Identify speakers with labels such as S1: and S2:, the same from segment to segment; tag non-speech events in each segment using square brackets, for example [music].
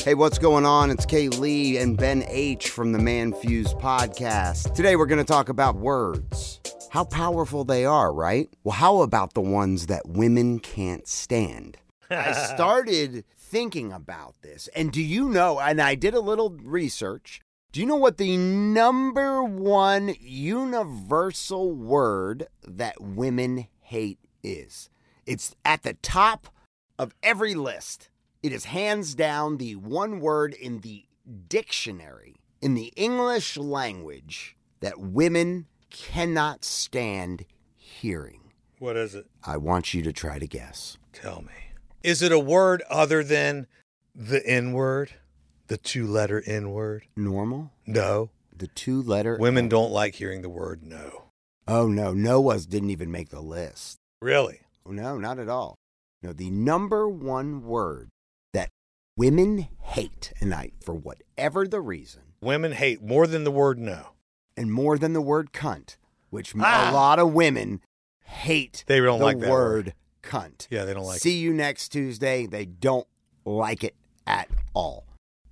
S1: Hey, what's going on? It's Kay Lee and Ben H from the Man Fused podcast. Today we're going to talk about words. How powerful they are, right? Well, how about the ones that women can't stand? I started thinking about this, and do you know, and I did a little research. Do you know what the number one universal word that women hate is? It's at the top of every list. It is hands down the one word in the dictionary, in the English language, that women cannot stand hearing.
S2: What is it?
S1: I want you to try to guess.
S2: Tell me. Is it a word other than the N word? The two letter N word?
S1: Normal?
S2: No.
S1: The two letter.
S2: Women don't like hearing the word no.
S1: Oh, no. Noah's didn't even make the list. Oh,
S2: Really?
S1: No, not at all. No, the number one word that women hate, and I, for whatever the reason,
S2: Women hate more than the word no.
S1: and more than the word cunt, which m-
S2: Ah!
S1: a lot of women hate.
S2: They don't
S1: the
S2: like that
S1: word
S2: word.
S1: cunt.
S2: Yeah, they don't like
S1: See you next Tuesday. They don't like it at all.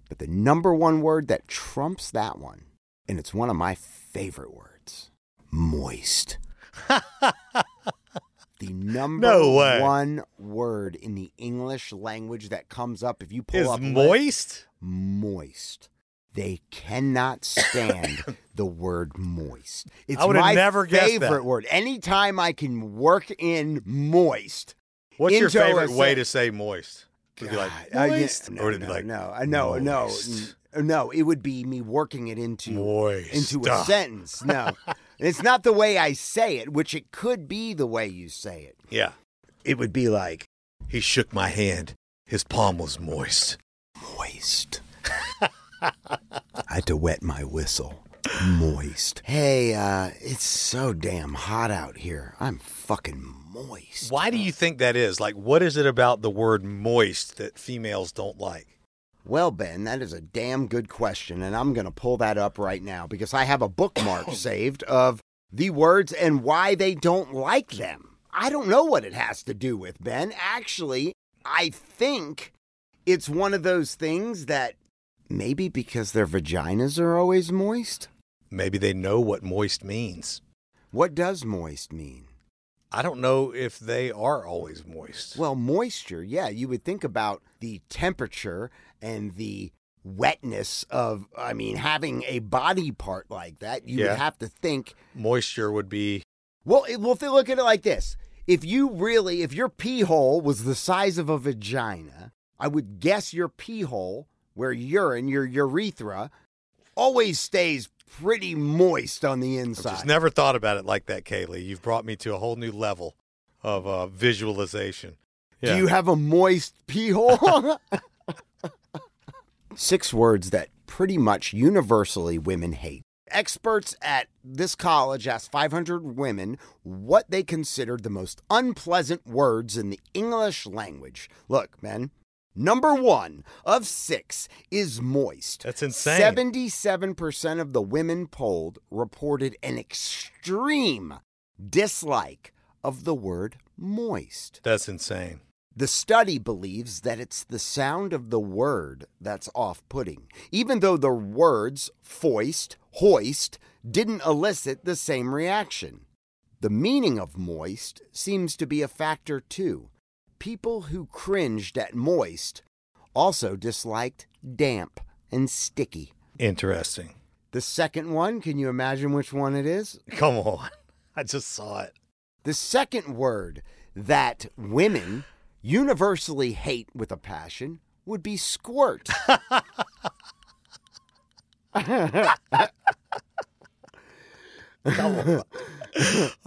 S1: But the number one word that trumps that one, and it's one of my favorite words, moist.
S2: [laughs]
S1: The number
S2: No way.
S1: one word in the English language that comes up if you pull
S2: Is
S1: up li-
S2: moist?
S1: moist. They cannot stand
S2: [coughs]
S1: the word moist. It's
S2: I would've
S1: my
S2: never guessed
S1: favorite
S2: that.
S1: word. Anytime I can work in moist.
S2: What's your
S1: into a
S2: favorite way
S1: sen-
S2: to say moist? Would it be like
S1: God, I-
S2: moist?
S1: no,
S2: or would it be
S1: no,
S2: like
S1: no, I- Mm. no, no,
S2: moist?
S1: n- no. It would be me working it into
S2: Moist.
S1: into a
S2: Ah.
S1: sentence.
S2: [laughs]
S1: No, it's not the way I say it, which it could be the way you say it.
S2: Yeah.
S1: It would be like
S2: He shook my hand. His palm was moist.
S1: moist. [laughs] I had to wet my whistle. Moist. Hey, uh, it's so damn hot out here. I'm fucking moist.
S2: Why do you think that is? Like, what is it about the word moist that females don't like?
S1: Well, Ben, that is a damn good question, and I'm going to pull that up right now because I have a [coughs] bookmark saved of the words and why they don't like them. I don't know what it has to do with, Ben. Actually, I think it's one of those things that maybe because their vaginas are always moist?
S2: Maybe they know what moist means.
S1: What does moist mean?
S2: I don't know if they are always moist.
S1: Well, moisture, yeah, you would think about the temperature and the wetness of, I mean, having a body part like that, you
S2: Yeah.
S1: would have to think.
S2: moisture would be
S1: Well, it, well, if they look at it like this if you really, if your pee hole was the size of a vagina, I would guess your pee hole, where urine, your urethra, always stays pretty moist on the
S2: I've
S1: inside.
S2: just never thought about it like that, Kaylee. You've brought me to a whole new level of uh, visualization. Yeah.
S1: Do you have a moist pee hole? [laughs] Six words that pretty much universally women hate. Experts at this college asked 500 women what they considered the most unpleasant words in the English language. Look, men, number one of six is moist.
S2: That's insane.
S1: 77% of the women polled reported an extreme dislike of the word moist.
S2: That's insane.
S1: The study believes that it's the sound of the word that's off putting, even though the words foist, hoist didn't elicit the same reaction. The meaning of moist seems to be a factor too. people who cringed at moist also disliked damp and sticky.
S2: Interesting.
S1: The second one, can you imagine which one it is?
S2: Come on. [laughs] I just saw it.
S1: The second word that women universally hate with a passion would be squirt.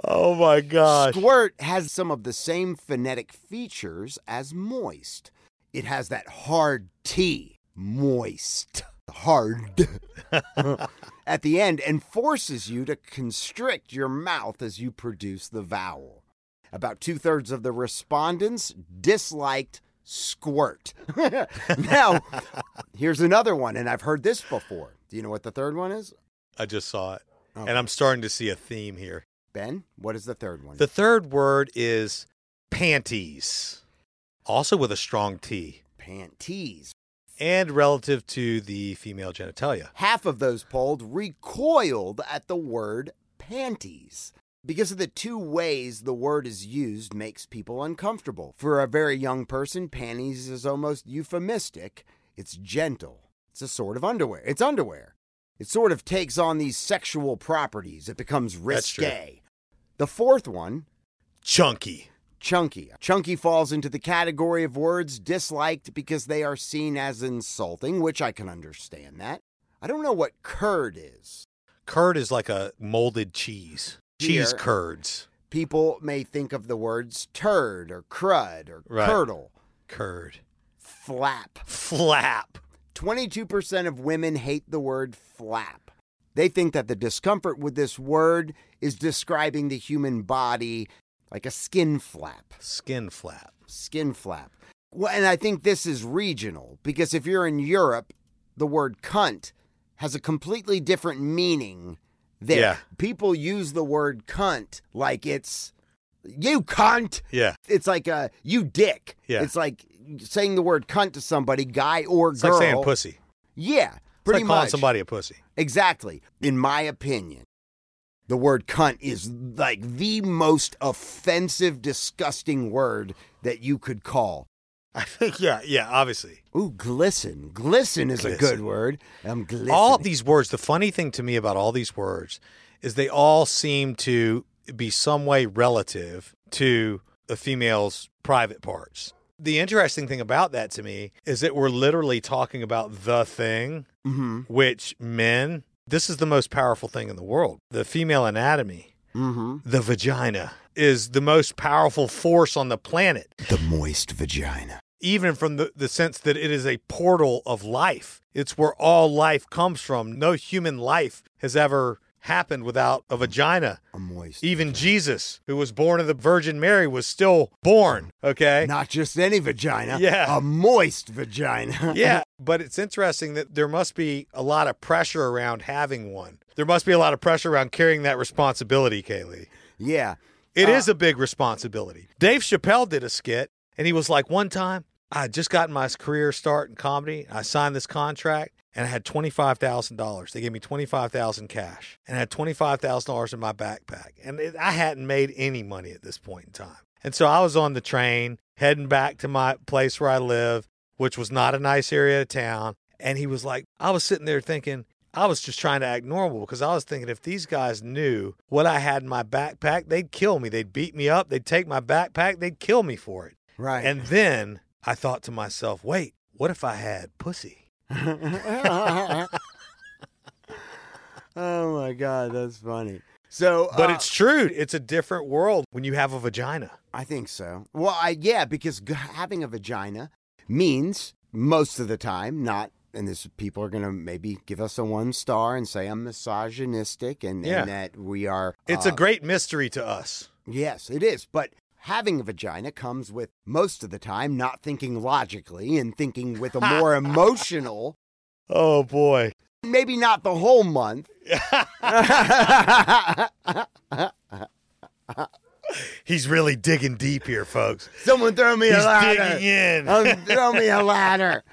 S2: Oh my gosh.
S1: Squirt has some of the same phonetic features as moist. It has that hard T, moist, hard [laughs] at the end and forces you to constrict your mouth as you produce the vowel. About two thirds of the respondents disliked squirt. [laughs] now, here's another one, and I've heard this before. Do you know what the third one is?
S2: I just saw it.
S1: Oh.
S2: And I'm starting to see a theme here.
S1: Ben, what is the third one?
S2: The third word is panties, also with a strong T,
S1: panties.
S2: and relative to the female genitalia.
S1: Half of those polled recoiled at the word panties because of the two ways the word is used makes people uncomfortable. For a very young person, panties is almost euphemistic. It's gentle. It's a sort of underwear. It's underwear. It sort of takes on these sexual properties. It becomes
S2: That's true.
S1: risque. The fourth one,
S2: Chunky.
S1: chunky. Chunky falls into the category of words disliked because they are seen as insulting, which I can understand that. I don't know what curd is.
S2: Curd is like a molded cheese. Cheese
S1: Here.
S2: curds.
S1: People may think of the words turd or crud or
S2: Right.
S1: curdle,
S2: Curd.
S1: flap.
S2: Flap.
S1: 22% of women hate the word flap. They think that the discomfort with this word is describing the human body like a skin flap.
S2: Skin flap.
S1: skin flap. Well, and I think this is regional because if you're in Europe, the word cunt has a completely different meaning there.
S2: Yeah.
S1: People use the word cunt like it's you cunt.
S2: Yeah.
S1: It's like a you dick.
S2: Yeah.
S1: It's like saying the word cunt to somebody, guy or
S2: It's
S1: girl.
S2: like saying pussy.
S1: Yeah.
S2: It's
S1: Pretty
S2: like calling
S1: much.
S2: somebody a pussy.
S1: Exactly. In my opinion, the word cunt is like the most offensive, disgusting word that you could call.
S2: I think, yeah, yeah, obviously.
S1: Ooh, glisten. Glisten is a good
S2: Glisten.
S1: word. I'm glistening.
S2: All these words, the funny thing to me about all these words is they all seem to be some way relative to a female's private parts. The interesting thing about that to me is that we're literally talking about the thing,
S1: Mm-hmm.
S2: which men, this is the most powerful thing in the world. The female anatomy,
S1: Mm-hmm.
S2: the vagina, is the most powerful force on the planet.
S1: The moist vagina.
S2: even from the, the sense that it is a portal of life. It's where all life comes from. No human life has ever happened without a vagina.
S1: A moist.
S2: Even Jesus, who was born of the Virgin Mary, was still born. Okay.
S1: Not just any vagina.
S2: Yeah.
S1: A moist vagina.
S2: [laughs] Yeah. But it's interesting that there must be a lot of pressure around having one. There must be a lot of pressure around carrying that responsibility, Kaylee.
S1: [laughs] yeah.
S2: It is
S1: Uh,
S2: a big responsibility. Dave Chappelle did a skit and he was like, one time I had just gotten my career start in comedy. I signed this contract and I had $25,000. They gave me 25,000 cash and I had $25,000 in my backpack. And it, I hadn't made any money at this point in time. And so I was on the train heading back to my place where I live, which was not a nice area of town. And he was like, I was sitting there thinking, I was just trying to act normal because I was thinking if these guys knew what I had in my backpack, they'd kill me. They'd beat me up. They'd take my backpack. They'd kill me for it.
S1: Right.
S2: And then I thought to myself, wait, what if I had pussy?
S1: [laughs] oh my God, that's funny. So,
S2: But
S1: uh,
S2: it's true. It's a different world when you have a vagina.
S1: I think so. Well, I yeah, because g- having a vagina means most of the time not. And this people are going to maybe give us a one star and say I'm misogynistic and,
S2: Yeah.
S1: and that we are.
S2: It's a
S1: uh,
S2: great mystery to us.
S1: Yes, it is. But having a vagina comes with most of the time not thinking logically and thinking with a
S2: [laughs]
S1: more emotional.
S2: Oh, boy. [laughs]
S1: Maybe not the whole month. [laughs]
S2: He's really digging deep here, folks.
S1: Someone throw me a
S2: He's digging
S1: ladder.
S2: in.
S1: Um, throw me a ladder.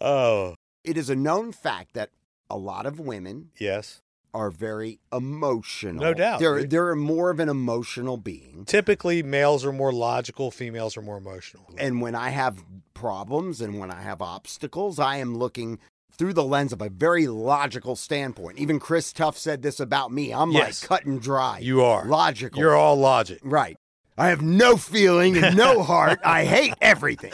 S2: oh,
S1: It is a known fact that a lot of women
S2: yes.
S1: are very emotional.
S2: No doubt.
S1: They're they're more of an emotional being.
S2: Typically, males are more logical, females are more emotional.
S1: And when I have problems and when I have obstacles, I am looking through the lens of a very logical standpoint. Even Chris Tuff said this about me. I'm
S2: Yes.
S1: like cut and dry.
S2: you are
S1: logical.
S2: You're all logic.
S1: Right. I have no feeling and
S2: [laughs]
S1: no heart. I hate everything.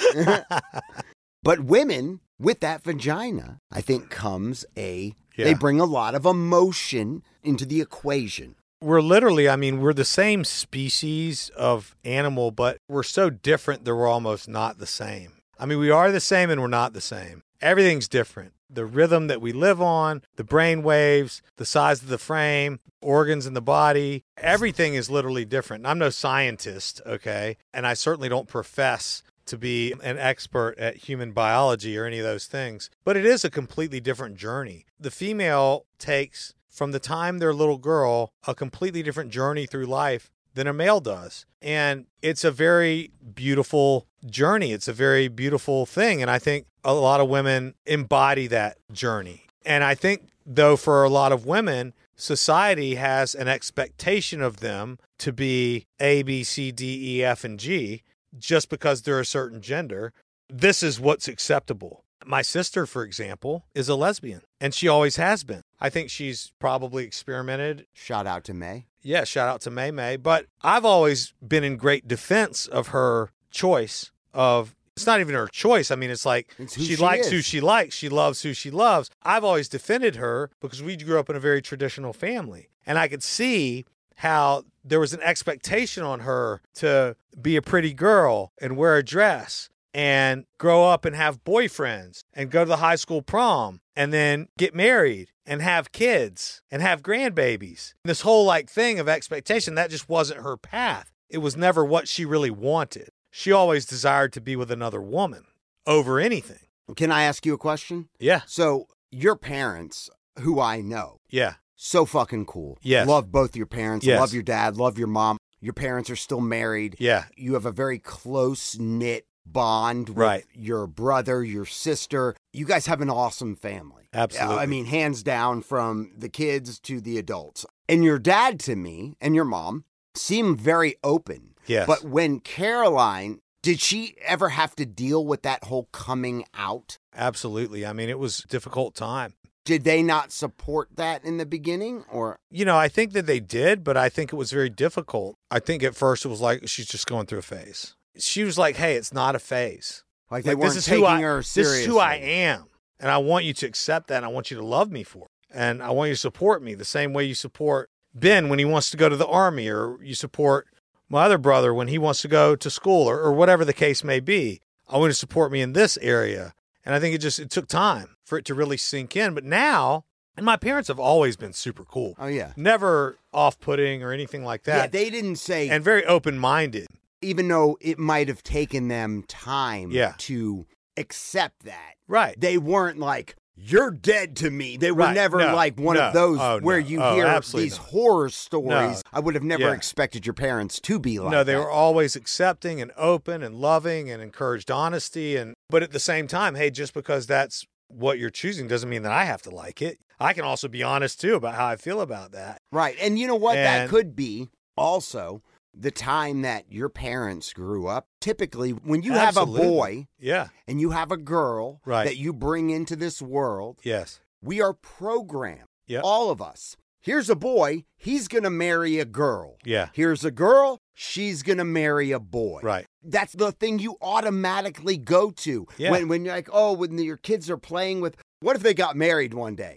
S1: but women with that vagina, I think comes a
S2: Yeah.
S1: they bring a lot of emotion into the equation.
S2: We're literally, I mean, we're the same species of animal, but we're so different that we're almost not the same. I mean, we are the same and we're not the same. Everything's different. The rhythm that we live on, the brain waves, the size of the frame, organs in the body, everything is literally different. And I'm no scientist, okay? And I certainly don't profess to be an expert at human biology or any of those things, but it is a completely different journey. The female takes from the time they're a little girl a completely different journey through life than a male does. And it's a very beautiful journey. It's a very beautiful thing. And I think a lot of women embody that journey. And I think, though, for a lot of women, society has an expectation of them to be A, B, C, D, E, F, and G just because they're a certain gender. This is what's acceptable. My sister, for example, is a lesbian and she always has been. I think she's probably experimented
S1: Shout out to May.
S2: yeah, shout out to May May. But I've always been in great defense of her choice of it's not even her choice. I mean, it's like
S1: It's who
S2: she,
S1: she
S2: likes who
S1: is.
S2: she likes, she loves who she loves. I've always defended her because we grew up in a very traditional family. And I could see how there was an expectation on her to be a pretty girl and wear a dress and grow up and have boyfriends and go to the high school prom and then get married and have kids and have grandbabies. This whole like thing of expectation that just wasn't her path. It was never what she really wanted. She always desired to be with another woman over anything.
S1: Can I ask you a question?
S2: Yeah.
S1: So, your parents, who I know,
S2: Yeah.
S1: so fucking cool.
S2: Yes.
S1: Love both your parents.
S2: Yes.
S1: Love your dad. Love your mom. Your parents are still married.
S2: Yeah.
S1: You have a very close knit bond with
S2: Right.
S1: your brother, your sister. You guys have an awesome family.
S2: Absolutely.
S1: I mean, hands down from the kids to the adults. And your dad to me and your mom seem very open.
S2: Yes.
S1: But when Caroline, did she ever have to deal with that whole coming out?
S2: Absolutely. I mean, it was a difficult time.
S1: Did they not support that in the beginning or
S2: You know, I think that they did, but I think it was very difficult. I think at first it was like she's just going through a phase. She was like, "Hey, it's not a phase.
S1: like they
S2: Like,
S1: weren't
S2: this is
S1: taking
S2: who I,
S1: her
S2: this
S1: seriously?
S2: is who I am, and I want you to accept that. And I want you to love me for, it. and I want you to support me the same way you support Ben when he wants to go to the army, or you support my other brother when he wants to go to school, or, or whatever the case may be. I want you to support me in this area, and I think it just it took time for it to really sink in. But now, and my parents have always been super cool,
S1: Oh yeah.
S2: never off-putting or anything like
S1: Yeah,
S2: that,
S1: they didn't say
S2: and very open-minded.
S1: even though it might have taken them time
S2: Yeah.
S1: to accept that,
S2: Right.
S1: they weren't like, you're dead to me. They were
S2: Right.
S1: never
S2: No.
S1: like one of
S2: No.
S1: those
S2: Oh,
S1: where
S2: no.
S1: you
S2: Oh,
S1: hear
S2: absolutely
S1: these
S2: not.
S1: horror stories. I would have never
S2: Yeah.
S1: expected your parents to be like
S2: no they
S1: that.
S2: were always accepting and open and loving and encouraged honesty and but at the same time hey just because that's what you're choosing doesn't mean that i have to like it i can also be honest too about how i feel about that
S1: Right. And you know what? that
S2: And-
S1: could be also the time that your parents grew up. Typically, when you have
S2: Absolutely.
S1: a boy
S2: yeah
S1: and you have a girl
S2: Right.
S1: that you bring into this world,
S2: yes
S1: We are programmed.
S2: Yep.
S1: All of us. Here's a boy, he's going to marry a girl.
S2: Yeah.
S1: Here's a girl, she's going to marry a boy.
S2: right
S1: That's the thing you automatically go to.
S2: Yeah.
S1: When when you're like, "Oh, when your kids are playing with what if they got married one day?"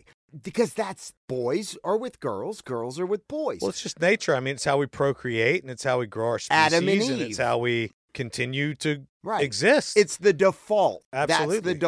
S1: Because that's boys are with girls, girls are with boys.
S2: well it's just nature i mean it's how we procreate and it's how we grow our species
S1: Adam and Eve.
S2: it's how we continue to
S1: right.
S2: exist
S1: It's the default.
S2: absolutely
S1: That's the
S2: That's-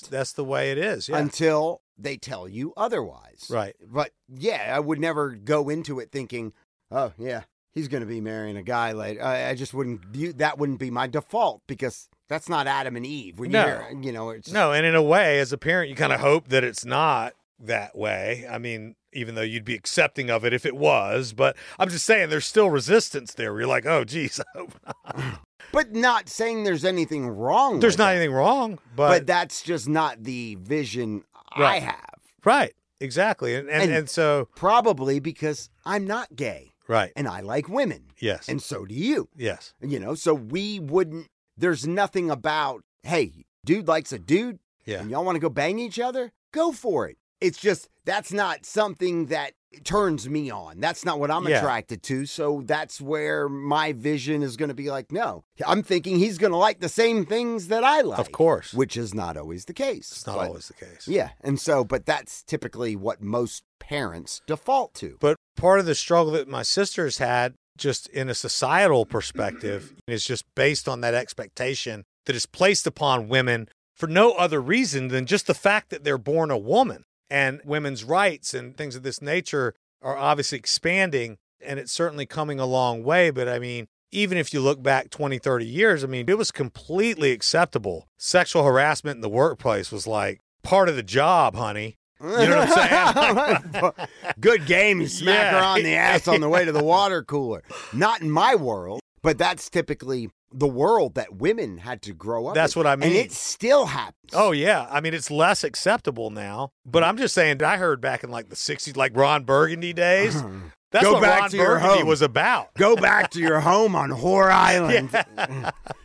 S1: default.
S2: that's, the way it is yeah
S1: until they tell you otherwise.
S2: Right.
S1: But yeah, I would never go into it thinking, oh yeah, he's going to be marrying a guy later. I, I just wouldn't. view that wouldn't be my default because that's not Adam and Eve. When
S2: No.
S1: you're, you know, it's
S2: No, and in a way, as a parent, you kind of hope that it's not that way. I mean, even though you'd be accepting of it if it was, but I'm just saying there's still resistance there. Where you're like, oh, geez, [laughs] I hope not.
S1: But not saying there's anything wrong.
S2: there's
S1: with
S2: not
S1: it,
S2: anything wrong,
S1: But,
S2: but,
S1: that's just not the vision I
S2: Right.
S1: have.
S2: right, exactly. And and, and
S1: And-
S2: so
S1: Probably because I'm not gay
S2: right.
S1: and I like women.
S2: yes.
S1: And so do you.
S2: yes.
S1: You know, so we wouldn't, there's nothing about, hey, dude likes a dude
S2: Yeah.
S1: and y'all want to go bang each other? Go for it. It's just, that's not something that turns me on. That's not what I'm
S2: Yeah.
S1: attracted to. So that's where my vision is going to be like, no, I'm thinking he's going to like the same things that I like.
S2: Of course.
S1: Which is not always the case.
S2: It's not
S1: But-
S2: always the case.
S1: Yeah. And so, but that's typically what most parents default to.
S2: But part of the struggle that my sisters had, just in a societal perspective, is just based on that expectation that is placed upon women for no other reason than just the fact that they're born a woman. And women's rights and things of this nature are obviously expanding, and it's certainly coming a long way. But I mean, even if you look back 20, 30 years, I mean, it was completely acceptable. Sexual harassment in the workplace was like part of the job, honey. You know what [laughs] I'm saying?
S1: [laughs] Good game. You smack her
S2: Yeah.
S1: on the ass on the way to the water cooler. Not in my world, but that's typically the world that women had to grow up.
S2: That's
S1: in.
S2: what I mean.
S1: And it still happens.
S2: Oh yeah, I mean it's less acceptable now, but I'm just saying I heard back in like the '60s, like Ron Burgundy days.
S1: [laughs]
S2: That's
S1: Go
S2: what
S1: back
S2: Ron
S1: to your
S2: Burgundy
S1: home.
S2: was about.
S1: Go back to your home on Whore
S2: [laughs]
S1: Island. [laughs]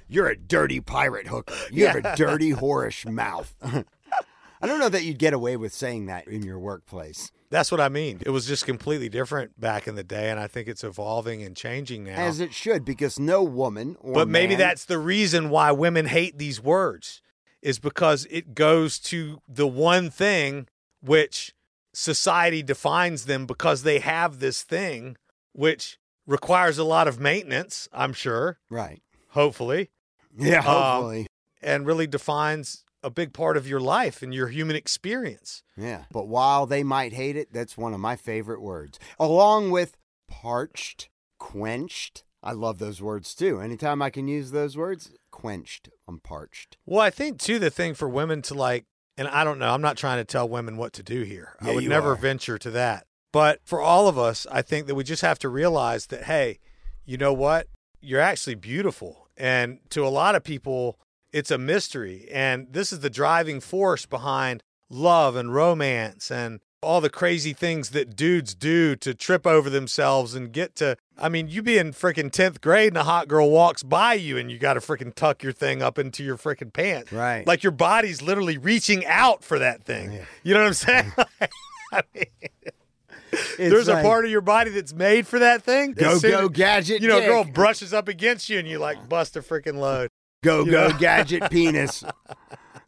S1: You're a dirty pirate hooker. You have a dirty, whorish
S2: [laughs]
S1: mouth. I don't know that you'd get away with saying that in your workplace.
S2: That's what I mean. It was just completely different back in the day, and I think it's evolving and changing now.
S1: As it should, because no woman or
S2: but maybe
S1: man-
S2: that's the reason why women hate these words, is because it goes to the one thing which society defines them because they have this thing, which requires a lot of maintenance. I'm sure,
S1: right.
S2: hopefully.
S1: Yeah,
S2: Um,
S1: hopefully.
S2: and really defines a big part of your life and your human experience.
S1: Yeah. But while they might hate it, that's one of my favorite words. Along with parched, quenched. I love those words too. Anytime I can use those words, quenched, I'm parched.
S2: Well, I think too the thing for women to like, and I don't know, I'm not trying to tell women what to do here.
S1: Yeah,
S2: I would
S1: you
S2: never
S1: are.
S2: venture to that. But for all of us, I think that we just have to realize that hey, you know what? You're actually beautiful. And to a lot of people, it's a mystery. And this is the driving force behind love and romance and all the crazy things that dudes do to trip over themselves and get to. I mean, you be in freaking 10th grade and a hot girl walks by you and you got to freaking tuck your thing up into your freaking pants.
S1: Right.
S2: Like your body's literally reaching out for that thing.
S1: Yeah.
S2: You know what
S1: [laughs]
S2: I'm saying? I mean, there's a part of your body that's made for that thing.
S1: Go,
S2: As soon-
S1: go, gadget
S2: You know, a
S1: dick.
S2: girl brushes up against you and you like bust a freaking load.
S1: Go,
S2: you
S1: go,
S2: know.
S1: gadget
S2: [laughs]
S1: penis.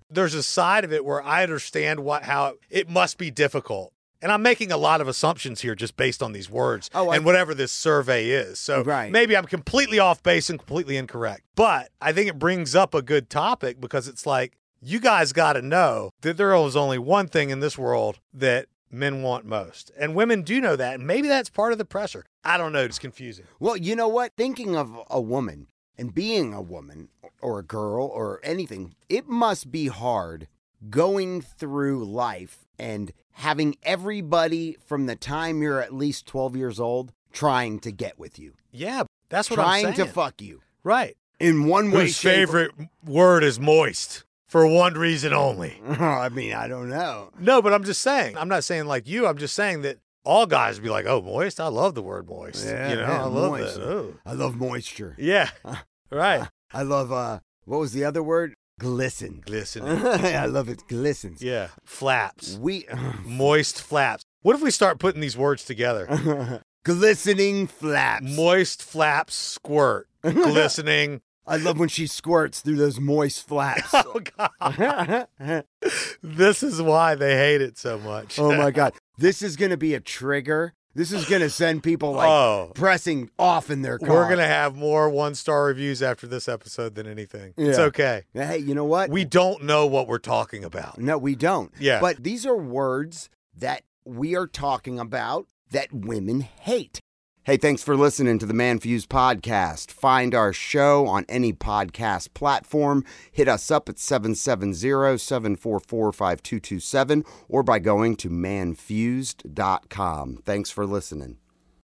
S2: there's a side of it where I understand what how it must be difficult. And I'm making a lot of assumptions here just based on these words
S1: Oh, I-
S2: and whatever this survey is. So
S1: Right.
S2: maybe I'm completely off base and completely incorrect. But I think it brings up a good topic because it's like you guys got to know that there is only one thing in this world that men want most. And women do know that. And maybe that's part of the pressure. I don't know, it's confusing.
S1: Well, you know what? Thinking of a woman and being a woman or a girl or anything, it must be hard going through life and having everybody from the time you're at least 12 years old trying to get with you,
S2: Yeah, that's what I'm
S1: trying to
S2: saying.
S1: fuck you
S2: Right.
S1: in one way.
S2: Whose
S1: shape, or-
S2: favorite word is moist for one reason only.
S1: [laughs] I mean, I don't know.
S2: No, but I'm just saying. I'm not saying like you. I'm just saying that all guys be like, "Oh, moist. I love the word moist.
S1: Yeah,
S2: you know,
S1: yeah,
S2: I love
S1: moist.
S2: that. Oh.
S1: I love moisture.
S2: Yeah, [laughs] right.
S1: I love uh, what was the other word? Glisten. [laughs]
S2: Glistening.
S1: I love it. Glistens.
S2: Yeah, flaps.
S1: We. [laughs]
S2: Moist flaps. What if we start putting these words together?
S1: Glistening flaps.
S2: Moist
S1: [laughs]
S2: flaps squirt. Glistening.
S1: I love when she squirts through those moist flaps.
S2: [laughs] Oh God!
S1: oh
S2: This is why they hate it so much. [laughs]
S1: my god. This is going to be a trigger. This is going to send people like
S2: oh,
S1: pressing off in their car.
S2: we're gonna have more one-star reviews after this episode than anything. It's
S1: Yeah.
S2: okay.
S1: Hey, you know what?
S2: We don't know what we're talking about.
S1: No, we don't.
S2: Yeah.
S1: But these are words that we are talking about that women hate. Hey, thanks for listening to the Man Fuse podcast. Find our show on any podcast platform. Hit us up at 770-744-5227 or by going to manfused.com. Thanks for listening.